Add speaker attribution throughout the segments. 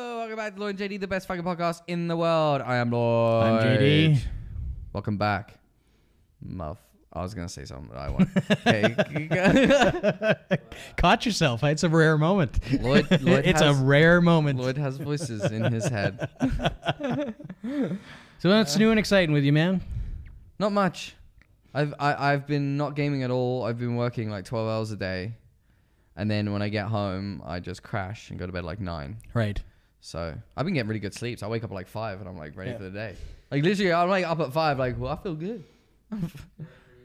Speaker 1: Lloyd and JD, the best fucking podcast in the world. I am Lloyd.
Speaker 2: I'm JD.
Speaker 1: Welcome back. Muff. I was gonna say something, but I won't. Okay.
Speaker 2: Caught yourself. It's a rare moment.
Speaker 1: Lloyd, Lloyd
Speaker 2: it's
Speaker 1: has,
Speaker 2: a rare moment.
Speaker 1: Lloyd has voices in his head.
Speaker 2: So what's new and exciting with you, man?
Speaker 1: Not much. I've I, I've been not gaming at all. I've been working like twelve hours a day, and then when I get home, I just crash and go to bed like nine.
Speaker 2: Right.
Speaker 1: So I've been getting really good sleeps. I wake up at like five and I'm like ready
Speaker 2: Yeah.
Speaker 1: for the day. Like literally, I'm like up at five. Like, well, I feel good.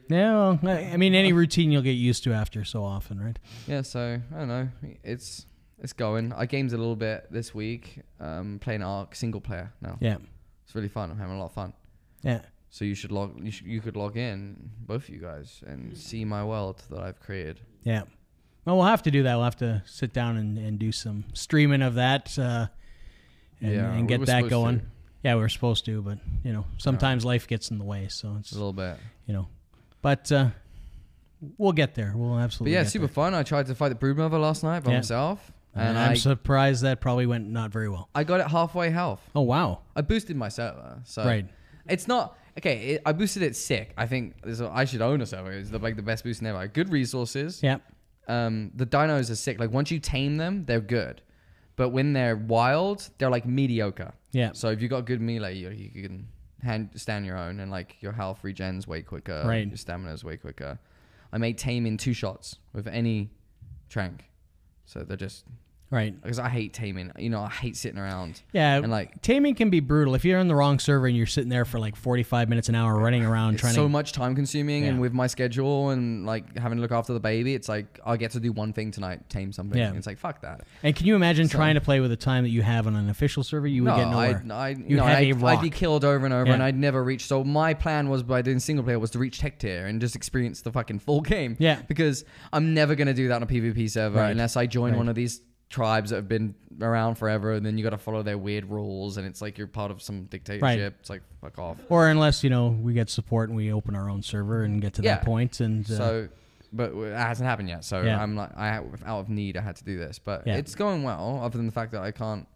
Speaker 2: No, I I mean any routine you'll get used to after so often, right?
Speaker 1: Yeah. So I don't know. It's it's going. I games a little bit this week. Um, playing Ark single player now.
Speaker 2: Yeah.
Speaker 1: It's really fun. I'm having a lot of fun.
Speaker 2: Yeah.
Speaker 1: So you should log. You, should, you could log in, both of you guys, and see my world that I've created.
Speaker 2: Yeah. Well, we'll have to do that. We'll have to sit down and, and do some streaming of that uh, and,
Speaker 1: Yeah,
Speaker 2: and
Speaker 1: we
Speaker 2: get
Speaker 1: were
Speaker 2: that
Speaker 1: supposed
Speaker 2: going.
Speaker 1: to.
Speaker 2: Yeah, we were supposed to, but you know, sometimes life gets in the way, so it's
Speaker 1: A little bit.
Speaker 2: you know, but uh, we'll get there. We'll
Speaker 1: But
Speaker 2: absolutely.
Speaker 1: yeah,
Speaker 2: get
Speaker 1: super
Speaker 2: there.
Speaker 1: fun. I tried to fight the broodmother last night by
Speaker 2: Yeah.
Speaker 1: myself,
Speaker 2: And
Speaker 1: and
Speaker 2: I'm
Speaker 1: I
Speaker 2: surprised that probably went not very well.
Speaker 1: I got it halfway health.
Speaker 2: Oh wow!
Speaker 1: I boosted my server, so
Speaker 2: Right.
Speaker 1: It's not okay. It, I boosted it sick. I think this, I should own a server. It's the, like the best boost ever. Good resources.
Speaker 2: Yeah.
Speaker 1: Um, the dinos are sick. Like once you tame them, they're good, but when they're wild, they're like mediocre.
Speaker 2: Yeah.
Speaker 1: So if you got good melee, you, you can hand stand your own, and like your health regens way quicker.
Speaker 2: Right.
Speaker 1: Your stamina's way quicker. I made tame in two shots with any trank, so they're just
Speaker 2: Right.
Speaker 1: because I hate taming. You know, I hate sitting around.
Speaker 2: Yeah.
Speaker 1: And like
Speaker 2: taming can be brutal if you're on the wrong server and you're sitting there for like 45 minutes an hour running around
Speaker 1: it's
Speaker 2: trying
Speaker 1: so
Speaker 2: to.
Speaker 1: much time consuming, and
Speaker 2: Yeah.
Speaker 1: with my schedule and like having to look after the baby, it's like I get to do one thing tonight, tame something.
Speaker 2: Yeah.
Speaker 1: And it's like fuck that.
Speaker 2: and can you imagine
Speaker 1: So-
Speaker 2: trying to play with the time that you have on an official server? You would
Speaker 1: no,
Speaker 2: get nowhere.
Speaker 1: I, I,
Speaker 2: You'd
Speaker 1: no,
Speaker 2: have
Speaker 1: I'd,
Speaker 2: a rock.
Speaker 1: I'd be killed over and over, and
Speaker 2: Yeah.
Speaker 1: I'd never reach. So my plan was by doing single player was to reach tech tier and just experience the fucking full game.
Speaker 2: Yeah.
Speaker 1: because I'm never gonna do that on a PvP server
Speaker 2: Right.
Speaker 1: unless I join
Speaker 2: Right.
Speaker 1: one of these tribes that have been around forever, and then you got to follow their weird rules, and it's like you're part of some dictatorship. It's like fuck off.
Speaker 2: or unless you know we get support and we open our own server and get to
Speaker 1: Yeah.
Speaker 2: that point and uh,
Speaker 1: So, but w- it hasn't happened yet. So
Speaker 2: Yeah.
Speaker 1: I'm like, I out of need, I had to do this, but
Speaker 2: Yeah.
Speaker 1: it's going well. Other than the fact that I can't,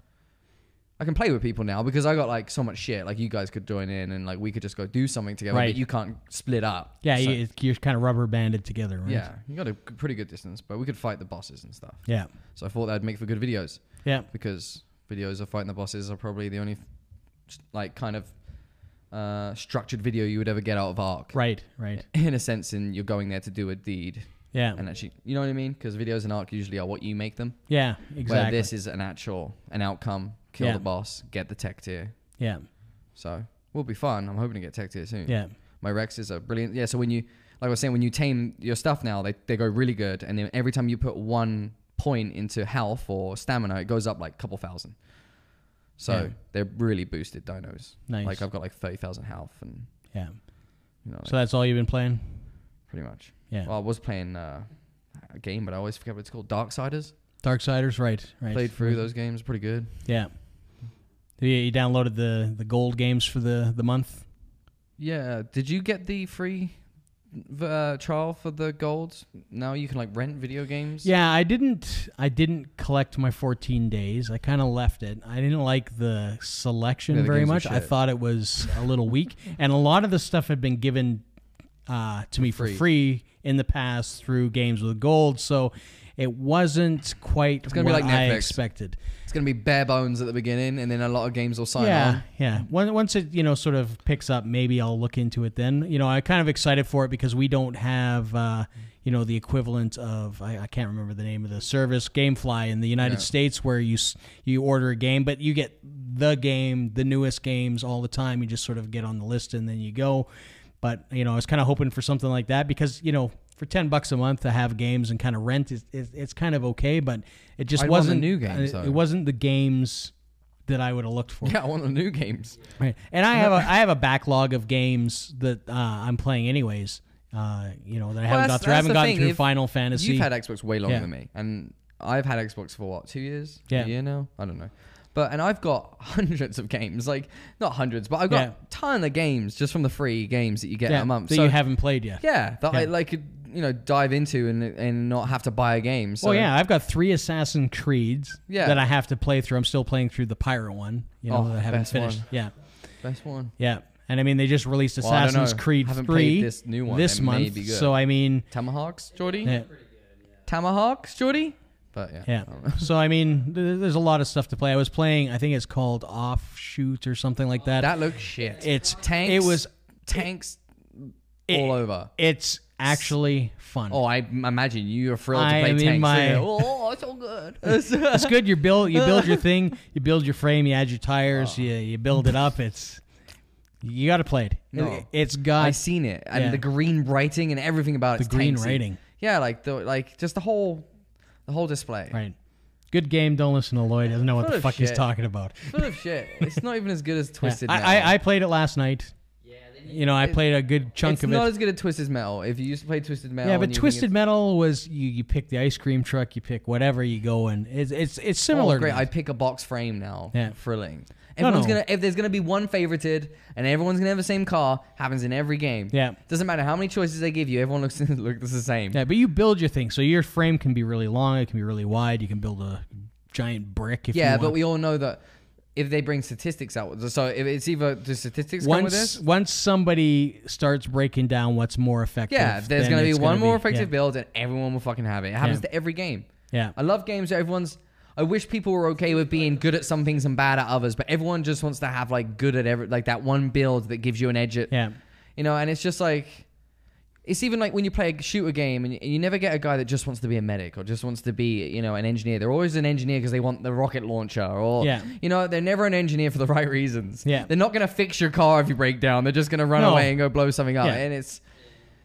Speaker 1: I can play with people now because I got like so much shit. Like you guys could join in and like we could just go do something together.
Speaker 2: Right.
Speaker 1: But you can't split up.
Speaker 2: yeah,
Speaker 1: So-
Speaker 2: you, you're kind of rubber banded together, right?
Speaker 1: yeah. You got a g- pretty good distance, but we could fight the bosses and stuff.
Speaker 2: yeah,
Speaker 1: So I thought that'd make for good videos
Speaker 2: yeah.
Speaker 1: because videos of fighting the bosses are probably the only like kind of uh, structured video you would ever get out of Arc.
Speaker 2: Right, right.
Speaker 1: In a sense, in you're going there to do a deed
Speaker 2: Yeah,
Speaker 1: and actually, you know what I mean? Because videos in arc usually are what you make them.
Speaker 2: yeah,
Speaker 1: Where
Speaker 2: exactly.
Speaker 1: this is an actual an outcome. Kill
Speaker 2: Yeah.
Speaker 1: the boss, get the tech tier.
Speaker 2: yeah,
Speaker 1: So will be fun. I'm hoping to get tech tier soon.
Speaker 2: yeah,
Speaker 1: My Rexes are brilliant. Yeah. So when you, like I was saying, when you tame your stuff now, they they go really good. And then every time you put one point into health or stamina, it goes up like a couple thousand. So
Speaker 2: Yeah.
Speaker 1: they're really boosted dinos.
Speaker 2: Nice.
Speaker 1: Like I've got like thirty thousand health and
Speaker 2: yeah.
Speaker 1: you know like
Speaker 2: So that's all you've been playing.
Speaker 1: pretty much.
Speaker 2: Yeah,
Speaker 1: Well, I was playing uh, a game, but I always forget what it's called. Darksiders.
Speaker 2: Darksiders, right, right.
Speaker 1: Played through those games, pretty good.
Speaker 2: Yeah. You, you downloaded the the gold games for the the month.
Speaker 1: Yeah. Did you get the free uh, trial for the golds? Now you can like rent video games.
Speaker 2: Yeah, I didn't I didn't collect my 14 days. I kind of left it. I didn't like the selection
Speaker 1: Yeah, the
Speaker 2: very
Speaker 1: games are
Speaker 2: much. I
Speaker 1: shit.
Speaker 2: thought it was a little weak, and a lot of the stuff had been given uh, to me
Speaker 1: free.
Speaker 2: for free in the past through games with gold, so it wasn't quite
Speaker 1: It's
Speaker 2: what
Speaker 1: gonna be like
Speaker 2: I
Speaker 1: Netflix.
Speaker 2: expected.
Speaker 1: It's gonna be bare bones at the beginning, and then a lot of games will sign
Speaker 2: yeah,
Speaker 1: on.
Speaker 2: Yeah, Once Once it you know sort of picks up, maybe I'll look into it then. You know, I'm kind of excited for it because we don't have uh, you know the equivalent of I, I can't remember the name of the service GameFly in the United
Speaker 1: Yeah.
Speaker 2: States where you s- you order a game, but you get the game, the newest games all the time. You just sort of get on the list and then you go. But you know, I was kind of hoping for something like that because you know. For ten bucks a month to have games and kind of rent is, is it's kind of okay, but it just
Speaker 1: I'd want the
Speaker 2: wasn't
Speaker 1: new
Speaker 2: uh,
Speaker 1: games,
Speaker 2: It,
Speaker 1: though.
Speaker 2: wasn't the games that I would have looked for.
Speaker 1: Yeah, I want the new games.
Speaker 2: Right. And I have a I have a backlog of games that uh, I'm playing anyways. Uh, you know that I haven't
Speaker 1: that's-
Speaker 2: got through.
Speaker 1: that's
Speaker 2: I haven't
Speaker 1: the
Speaker 2: gotten
Speaker 1: thing.
Speaker 2: through
Speaker 1: If
Speaker 2: Final Fantasy.
Speaker 1: You've had Xbox way longer
Speaker 2: Yeah.
Speaker 1: than me, and I've had Xbox for what two years?
Speaker 2: Yeah.
Speaker 1: a year now. I don't know. But and I've got hundreds of games, like not hundreds, but I've got
Speaker 2: Yeah.
Speaker 1: ton of games just from the free games that you get
Speaker 2: yeah,
Speaker 1: a month.
Speaker 2: that
Speaker 1: so
Speaker 2: you haven't played yet.
Speaker 1: yeah, that I
Speaker 2: Yeah.
Speaker 1: like you know dive into and and not have to buy a game. So
Speaker 2: well, yeah, I've got three Assassin Creeds
Speaker 1: Yeah.
Speaker 2: that I have to play through. I'm still playing through the pirate one. You know,
Speaker 1: Oh,
Speaker 2: that I haven't
Speaker 1: best
Speaker 2: finished.
Speaker 1: one.
Speaker 2: Yeah,
Speaker 1: best one.
Speaker 2: yeah. And I mean, they just released
Speaker 1: Well, I don't
Speaker 2: Assassin's
Speaker 1: know.
Speaker 2: Creed
Speaker 1: Haven't played
Speaker 2: Three
Speaker 1: this new one.
Speaker 2: this
Speaker 1: It may
Speaker 2: month.
Speaker 1: be good.
Speaker 2: So I mean,
Speaker 1: Tomahawks, Jordy.
Speaker 2: yeah,
Speaker 1: Tomahawks, Jordy. But yeah, Oh,
Speaker 2: yeah.
Speaker 1: I don't know.
Speaker 2: so I mean, th- there's a lot of stuff to play. I was playing, I think it's called Offshoot or something like that.
Speaker 1: that looks shit.
Speaker 2: it's
Speaker 1: tanks.
Speaker 2: It was.
Speaker 1: tanks
Speaker 2: it-
Speaker 1: all over.
Speaker 2: It's actually fun.
Speaker 1: Oh, I m- imagine you are thrilled
Speaker 2: I
Speaker 1: to play
Speaker 2: am in
Speaker 1: tanks.
Speaker 2: my-
Speaker 1: Yeah. Oh, it's all good. It's-
Speaker 2: it's good. You build, you build your thing. You build your frame. You add your tires. You you build it up. It's you got to play it.
Speaker 1: No.
Speaker 2: It's
Speaker 1: I
Speaker 2: got
Speaker 1: seen it, and
Speaker 2: Yeah.
Speaker 1: the green writing and everything about
Speaker 2: the
Speaker 1: it's
Speaker 2: green
Speaker 1: tanksy.
Speaker 2: rating.
Speaker 1: Yeah, like the like just the whole, the whole display.
Speaker 2: Right. Good game. Don't listen to Lloyd. Doesn't know what
Speaker 1: Full
Speaker 2: the
Speaker 1: of
Speaker 2: fuck he's
Speaker 1: Oh, shit.
Speaker 2: talking about.
Speaker 1: Full of shit. It's not even as good as
Speaker 2: Yeah.
Speaker 1: Twisted Metal.
Speaker 2: I, I I played it last night. You know, I
Speaker 1: It-
Speaker 2: played a good chunk
Speaker 1: it's
Speaker 2: of
Speaker 1: not
Speaker 2: it.
Speaker 1: as good as Twisted Metal. If you used to play Twisted Metal,
Speaker 2: Yeah,
Speaker 1: and
Speaker 2: but
Speaker 1: you can
Speaker 2: Twisted
Speaker 1: get-
Speaker 2: Metal was you. You pick the ice cream truck. You pick whatever you go and it's it's it's similar.
Speaker 1: Oh,
Speaker 2: to
Speaker 1: great.
Speaker 2: that.
Speaker 1: I pick a box frame now.
Speaker 2: Yeah.
Speaker 1: Thrilling.
Speaker 2: No,
Speaker 1: Everyone's
Speaker 2: no.
Speaker 1: gonna if there's gonna be one favorited and everyone's gonna have the same car, happens in every game.
Speaker 2: Yeah.
Speaker 1: Doesn't matter how many choices they give you, everyone looks looks the same.
Speaker 2: Yeah, but you build your thing, so your frame can be really long. It can be really wide. You can build a giant brick. If
Speaker 1: Yeah,
Speaker 2: you
Speaker 1: but
Speaker 2: want.
Speaker 1: we all know that if they bring statistics out, so if it's either the statistics come with
Speaker 2: once
Speaker 1: this,
Speaker 2: once somebody starts breaking down what's more effective.
Speaker 1: yeah, there's
Speaker 2: then
Speaker 1: gonna be
Speaker 2: it's
Speaker 1: one more effective
Speaker 2: Yeah,
Speaker 1: build and everyone will fucking have it. It happens
Speaker 2: Yeah.
Speaker 1: to every game.
Speaker 2: yeah.
Speaker 1: I love games where everyone's. I wish people were okay with being good at some things and bad at others, but everyone just wants to have like good at every like that one build that gives you an edge at
Speaker 2: yeah.
Speaker 1: you know. And it's just like it's even like when you play a shooter game and you, you never get a guy that just wants to be a medic or just wants to be you know an engineer. They're always an engineer because they want the rocket launcher or
Speaker 2: Yeah.
Speaker 1: you know they're never an engineer for the right reasons.
Speaker 2: Yeah.
Speaker 1: they're not gonna fix your car if you break down. They're just gonna run
Speaker 2: No.
Speaker 1: away and go blow something up.
Speaker 2: Yeah.
Speaker 1: And it's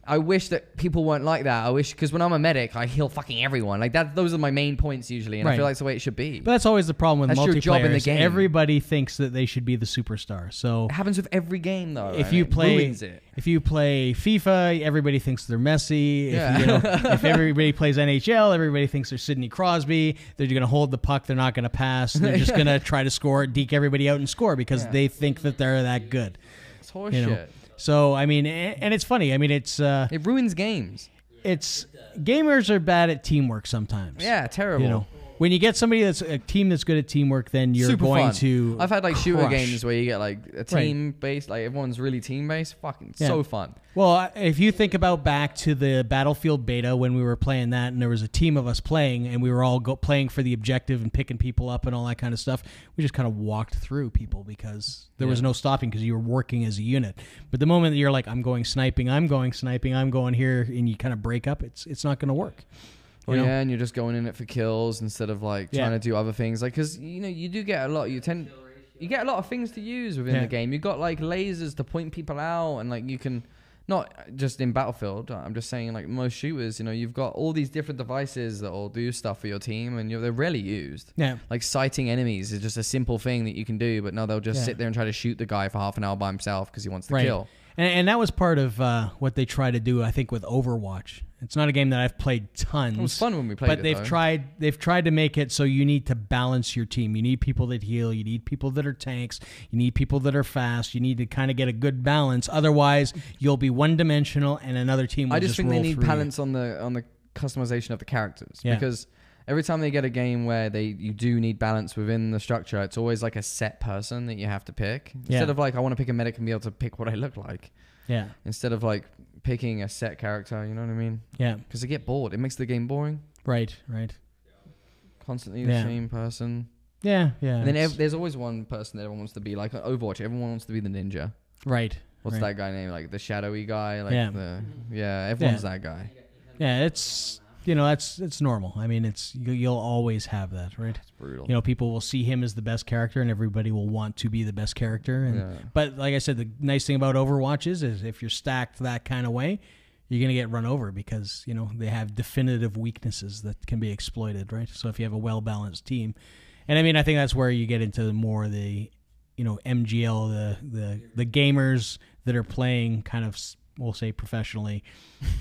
Speaker 1: I wish that people weren't like that. I wish because when I'm a medic, I heal fucking everyone. Like that, those are my main points usually, and I
Speaker 2: Right.
Speaker 1: feel like that's the way it should be.
Speaker 2: But that's always the problem with
Speaker 1: That's
Speaker 2: multiplayer.
Speaker 1: your job in the
Speaker 2: is
Speaker 1: game.
Speaker 2: Everybody thinks that they should be the superstar. So
Speaker 1: it happens with every game though.
Speaker 2: if
Speaker 1: and
Speaker 2: you
Speaker 1: it
Speaker 2: play
Speaker 1: ruins it.
Speaker 2: if you play FIFA, everybody thinks they're Messi. If,
Speaker 1: Yeah.
Speaker 2: you know, if everybody plays NHL, everybody thinks they're Sidney Crosby. They're going to hold the puck. They're not going to pass. They're just going to try to score, deke everybody out, and score because
Speaker 1: Yeah.
Speaker 2: they think that they're that good.
Speaker 1: it's horseshit.
Speaker 2: You know. So I mean, a- and it's funny. I mean, it's uh,
Speaker 1: It ruins games.
Speaker 2: it's gamers are bad at teamwork sometimes.
Speaker 1: Yeah, terrible.
Speaker 2: You know, when you get somebody that's a team that's good at teamwork, then you're
Speaker 1: Super
Speaker 2: going
Speaker 1: fun.
Speaker 2: to.
Speaker 1: I've had like shooter
Speaker 2: crush.
Speaker 1: games where you get like a team based, like everyone's really team based. Fucking
Speaker 2: Yeah.
Speaker 1: so fun.
Speaker 2: Well, I- if you think about back to the Battlefield beta when we were playing that, and there was a team of us playing, and we were all go- playing for the objective and picking people up and all that kind of stuff, we just kind of walked through people because there was no stopping because you were working as a unit. But the moment that you're like, I'm going sniping, I'm going sniping, I'm going here, and you kind of break up, it's it's not going to work. You
Speaker 1: Well,
Speaker 2: know?
Speaker 1: yeah, and you're just going in it for kills instead of like
Speaker 2: Yeah.
Speaker 1: trying to do other things. Like, because you know you do get a lot. You tend you get a lot of things to use within
Speaker 2: Yeah.
Speaker 1: the game. You got like lasers to point people out, and like you can not just in Battlefield. I'm just saying like most shooters, you know, you've got all these different devices that will do stuff for your team, and you're, they're rarely used.
Speaker 2: Yeah.
Speaker 1: Like sighting enemies is just a simple thing that you can do, but no, they'll just
Speaker 2: Yeah.
Speaker 1: sit there and try to shoot the guy for half an hour by himself because he wants the
Speaker 2: right.
Speaker 1: kill.
Speaker 2: And, and that was part of uh, what they try to do, I think, with Overwatch. It's not a game that I've played tons.
Speaker 1: It was fun when we played
Speaker 2: but
Speaker 1: it,
Speaker 2: they've
Speaker 1: though.
Speaker 2: tried they've tried to make it so you need to balance your team. You need people that heal. You need people that are tanks. You need people that are fast. You need to kind of get a good balance. Otherwise, you'll be one dimensional, and another team will
Speaker 1: I just, think they
Speaker 2: roll
Speaker 1: need
Speaker 2: through you.
Speaker 1: balance on the on the customization of the characters
Speaker 2: Yeah.
Speaker 1: because every time they get a game where they you do need balance within the structure, it's always like a set person that you have to pick instead
Speaker 2: Yeah.
Speaker 1: of like I want to pick a medic and be able to pick what I look like
Speaker 2: Yeah,
Speaker 1: instead of like picking a set character. You know what I mean?
Speaker 2: yeah,
Speaker 1: Because they get bored. It makes the game boring.
Speaker 2: right, right.
Speaker 1: Constantly the
Speaker 2: Yeah.
Speaker 1: same person.
Speaker 2: Yeah, yeah.
Speaker 1: And then
Speaker 2: it's-
Speaker 1: ev- there's always one person that everyone wants to be. Like on Overwatch, everyone wants to be the ninja.
Speaker 2: right.
Speaker 1: What's that
Speaker 2: right.
Speaker 1: guy name? Like the shadowy guy. Like
Speaker 2: Yeah.
Speaker 1: the yeah. Everyone's that guy.
Speaker 2: Yeah, it's you know that's it's normal. I mean, it's you, you'll always have that, right?
Speaker 1: It's brutal.
Speaker 2: you know people will see him as the best character and everybody will want to be the best character and
Speaker 1: Yeah.
Speaker 2: but like i said the nice thing about overwatch is, is if you're stacked that kind of way you're going to get run over because you know they have definitive weaknesses that can be exploited right so if you have a well balanced team and i mean i think that's where you get into more the you know mgl the the the gamers that are playing kind of s- we'll say professionally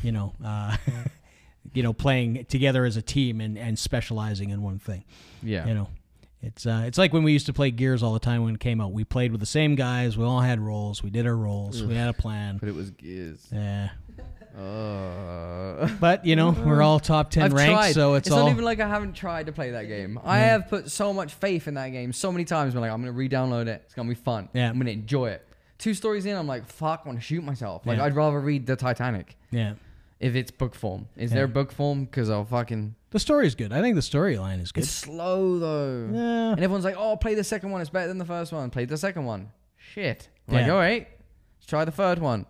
Speaker 2: you know uh you know playing together as a team and and specializing in one thing
Speaker 1: yeah.
Speaker 2: you know it's uh, it's like when we used to play gears all the time when it came out we played with the same guys we all had roles we did our roles we had a plan
Speaker 1: But it was gears.
Speaker 2: yeah
Speaker 1: Uh,
Speaker 2: But you know, we're all top 10
Speaker 1: I've
Speaker 2: ranked,
Speaker 1: tried.
Speaker 2: so it's, all
Speaker 1: not even like I haven't tried to play that game. I have put so much faith in that game so many times. Been like, I'm gonna re-download it. It's gonna be fun.
Speaker 2: Yeah.
Speaker 1: I'm gonna enjoy it. Two stories in, I'm like, fuck, I want to shoot myself. Like,
Speaker 2: Yeah.
Speaker 1: I'd rather read the Titanic
Speaker 2: yeah.
Speaker 1: if it's book form. Is
Speaker 2: Yeah.
Speaker 1: there book form? Because I'll fucking.
Speaker 2: The story's good. I think the storyline is good.
Speaker 1: It's slow though.
Speaker 2: Yeah.
Speaker 1: And everyone's like, oh, play the second one. It's better than the first one. Play the second one. Shit. I'm Like,
Speaker 2: Yeah.
Speaker 1: all right, let's try the third one.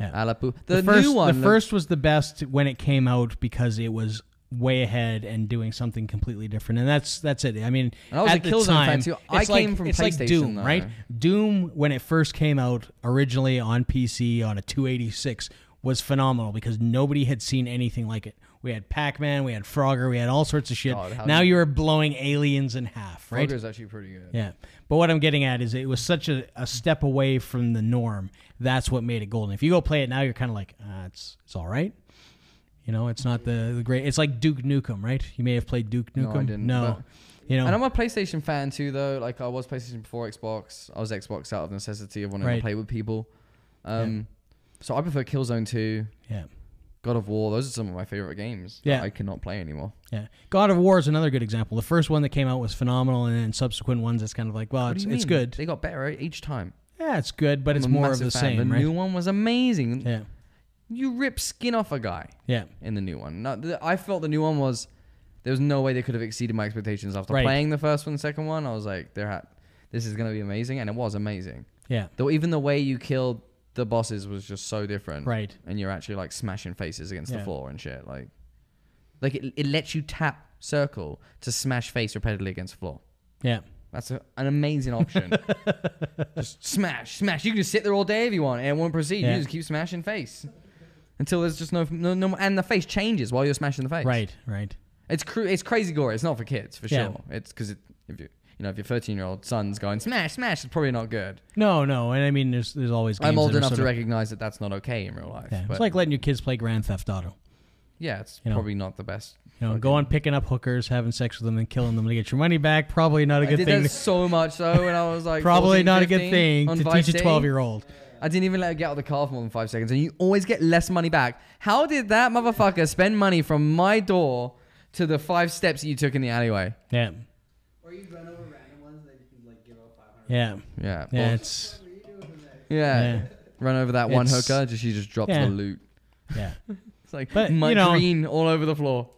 Speaker 2: Yeah.
Speaker 1: Alapu. The,
Speaker 2: first,
Speaker 1: new one.
Speaker 2: The first was the best when it came out because it was way ahead and doing something completely different. And that's that's it. I mean,
Speaker 1: And I was
Speaker 2: at
Speaker 1: a
Speaker 2: the
Speaker 1: Killzone fan,
Speaker 2: time,
Speaker 1: too. I
Speaker 2: it's
Speaker 1: came
Speaker 2: like,
Speaker 1: from
Speaker 2: it's
Speaker 1: PlayStation,
Speaker 2: like Doom,
Speaker 1: though.
Speaker 2: right? Doom when it first came out originally on PC on a 286 was phenomenal because nobody had seen anything like it. We had Pac-Man, we had Frogger, we had all sorts of shit.
Speaker 1: God, how
Speaker 2: now
Speaker 1: did-
Speaker 2: you are blowing aliens in half, right?
Speaker 1: Frogger's actually pretty good.
Speaker 2: Yeah. But what I'm getting at is it was such a, a step away from the norm. That's what made it golden. If you go play it now, you're kind of like, uh, it's it's all right. You know, it's not the, the great. It's like Duke Nukem, right? You may have played Duke
Speaker 1: No,
Speaker 2: Nukem.
Speaker 1: I didn't,
Speaker 2: No. You know,
Speaker 1: And I'm a PlayStation fan too, though. Like I was PlayStation before Xbox. I was Xbox out of necessity of wanting to
Speaker 2: Right.
Speaker 1: play with people. Um, So I prefer Killzone 2,
Speaker 2: yeah,
Speaker 1: God of War. Those are some of my favorite games. that
Speaker 2: Yeah.
Speaker 1: I cannot play anymore.
Speaker 2: yeah. God of War is another good example. The first one that came out was phenomenal, and then subsequent ones, it's kind of like, well,
Speaker 1: What do
Speaker 2: it's,
Speaker 1: you
Speaker 2: it's
Speaker 1: mean?
Speaker 2: good.
Speaker 1: They got better each time.
Speaker 2: Yeah, it's good, but
Speaker 1: I'm
Speaker 2: it's
Speaker 1: a
Speaker 2: more of
Speaker 1: massive
Speaker 2: the
Speaker 1: fan.
Speaker 2: same,
Speaker 1: The
Speaker 2: right?
Speaker 1: new one was amazing.
Speaker 2: yeah,
Speaker 1: You rip skin off a guy
Speaker 2: yeah.
Speaker 1: in the new one. Not, the, I felt the new one was there was no way they could have exceeded my expectations after
Speaker 2: Right.
Speaker 1: playing the first one, the second one. I was like, they're ha- this is gonna be amazing, and it was amazing.
Speaker 2: Yeah,
Speaker 1: Though even the way you killed the bosses was just so different.
Speaker 2: right.
Speaker 1: And you're actually like smashing faces against the
Speaker 2: Yeah.
Speaker 1: floor and shit. Like like it, it lets you tap circle to smash face repeatedly against the floor.
Speaker 2: Yeah,
Speaker 1: That's a, an amazing option. just smash, smash. You can just sit there all day if you want and it won't proceed.
Speaker 2: Yeah.
Speaker 1: You just keep smashing face. Until there's just no, no, no, and the face changes while you're smashing the face.
Speaker 2: right, right.
Speaker 1: It's cr- it's crazy gore. It's not for kids for
Speaker 2: Yeah.
Speaker 1: sure. It's because it, if you, you know, if your 13 year old son's going smash, smash, it's probably not good.
Speaker 2: No, no, and I mean, there's there's always games
Speaker 1: I'm old
Speaker 2: that are
Speaker 1: enough
Speaker 2: sort
Speaker 1: to
Speaker 2: of-
Speaker 1: recognize that that's not okay in real life.
Speaker 2: Yeah,
Speaker 1: but
Speaker 2: it's like letting your kids play Grand Theft Auto.
Speaker 1: yeah, it's
Speaker 2: you know.
Speaker 1: probably not the best.
Speaker 2: You know, go on picking up hookers, having sex with them, and killing them to get your money back. Probably not a
Speaker 1: I
Speaker 2: good
Speaker 1: did
Speaker 2: thing.
Speaker 1: that
Speaker 2: to-
Speaker 1: so much though, when I was like 14,
Speaker 2: probably not a good
Speaker 1: 15
Speaker 2: thing
Speaker 1: on
Speaker 2: to
Speaker 1: Vice
Speaker 2: teach a
Speaker 1: City.
Speaker 2: twelve-year-old.
Speaker 1: I didn't even let her get out of the car for more than five seconds, and you always get less money back. How did that motherfucker spend money from my door to the five steps that you took in the alleyway?
Speaker 2: Yeah,
Speaker 3: Or you run over random ones and then you can like give out 500.
Speaker 2: yeah,
Speaker 1: Yeah,
Speaker 2: yeah.
Speaker 1: bull-
Speaker 2: It's
Speaker 3: What are you doing with that?
Speaker 1: yeah.
Speaker 2: yeah,
Speaker 1: Run over that one
Speaker 2: It's-
Speaker 1: hooker, just she just drops
Speaker 2: yeah.
Speaker 1: the loot.
Speaker 2: yeah.
Speaker 1: It's like
Speaker 2: But,
Speaker 1: my
Speaker 2: you know-
Speaker 1: green all over the floor.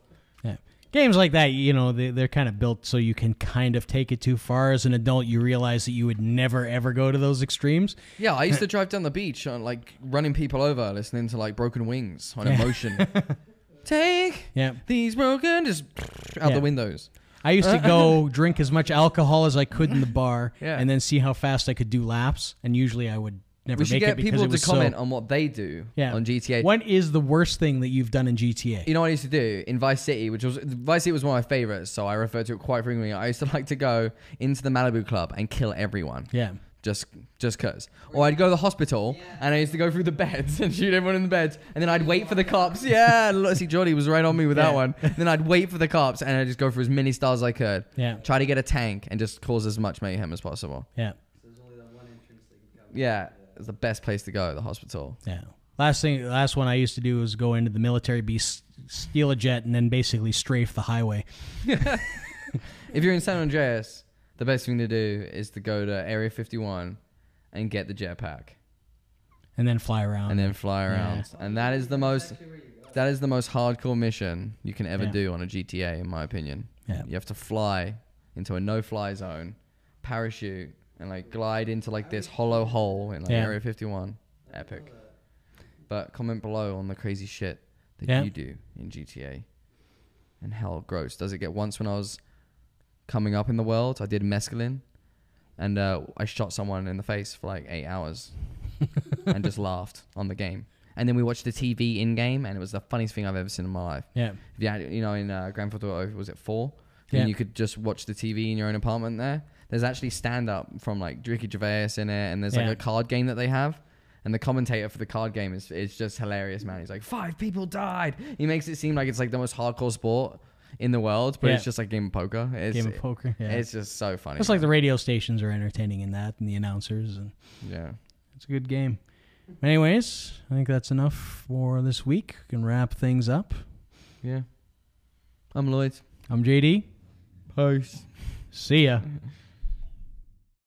Speaker 2: Games like that, you know, they, they're kind of built so you can kind of take it too far. As an adult, you realize that you would never ever go to those extremes.
Speaker 1: Yeah, I used to drive down the beach on like running people over, listening to like Broken Wings on
Speaker 2: Yeah.
Speaker 1: emotion. Take
Speaker 2: Yeah,
Speaker 1: these broken, just out
Speaker 2: Yeah.
Speaker 1: the windows.
Speaker 2: I used to go drink as much alcohol as I could in the bar,
Speaker 1: Yeah.
Speaker 2: and then see how fast I could do laps. And usually, I would never
Speaker 1: we should
Speaker 2: make it
Speaker 1: get
Speaker 2: because
Speaker 1: people
Speaker 2: it
Speaker 1: to
Speaker 2: was
Speaker 1: comment
Speaker 2: so.
Speaker 1: on what they do
Speaker 2: Yeah.
Speaker 1: on GTA.
Speaker 2: What is the worst thing that you've done in GTA?
Speaker 1: You know what I used to do in Vice City, which was Vice City was one of my favorites, so I refer to it quite frequently. I used to like to go into the Malibu Club and kill everyone.
Speaker 2: Yeah.
Speaker 1: Just, just cause. Or I'd go to the hospital and I used to go through the beds and shoot everyone in the beds, and then I'd wait for the cops. Yeah, look, see, Jordy was right on me with
Speaker 2: Yeah.
Speaker 1: that one. Then I'd wait for the cops and I'd just go for as many stars as I could.
Speaker 2: Yeah.
Speaker 1: Try to get a tank and just cause as much mayhem as possible.
Speaker 2: Yeah.
Speaker 3: So there's only that one entrance that you can come.
Speaker 1: Yeah, it's the best place to go, the hospital.
Speaker 2: Yeah. Last thing, last one I used to do was go into the military, be s- steal a jet, and then basically strafe the highway.
Speaker 1: If you're in San Andreas, the best thing to do is to go to Area 51 and get the jetpack.
Speaker 2: And then fly around.
Speaker 1: and then fly
Speaker 2: Yeah.
Speaker 1: around. And that is the most
Speaker 3: Actually, where you go.
Speaker 1: that is the most hardcore mission you can ever
Speaker 2: Yeah.
Speaker 1: do on a GTA, in my opinion.
Speaker 2: Yeah.
Speaker 1: You have to fly into a no-fly zone, parachute, and like glide into like this hollow hole in like
Speaker 2: Yeah.
Speaker 1: Area 51. Epic. But comment below on the crazy shit that
Speaker 2: Yeah.
Speaker 1: you do in GTA. And how gross does it get? Once when I was coming up in the world, I did mescaline, and uh, I shot someone in the face for like eight hours, and just laughed on the game. And then we watched the TV in game, and it was the funniest thing I've ever seen in my life.
Speaker 2: yeah.
Speaker 1: If you had, you know, in uh, Grand Theft Auto, was it four? Yeah.
Speaker 2: Yeah.
Speaker 1: And you could just watch the TV in your own apartment there. There's actually stand up from like Ricky Gervais in it, and there's like
Speaker 2: Yeah.
Speaker 1: a card game that they have. And the commentator for the card game is, is just hilarious, man. He's like, five people died. He makes it seem like it's like the most hardcore sport in the world, but
Speaker 2: Yeah.
Speaker 1: it's just like game of poker. It's,
Speaker 2: Game of poker. Yeah.
Speaker 1: It's just so funny.
Speaker 2: Just like the radio stations are entertaining in that, and the announcers, and
Speaker 1: yeah.
Speaker 2: it's a good game. Anyways, I think that's enough for this week. We can wrap things up.
Speaker 1: Yeah. I'm Lloyd.
Speaker 2: I'm JD.
Speaker 1: Peace.
Speaker 2: See ya.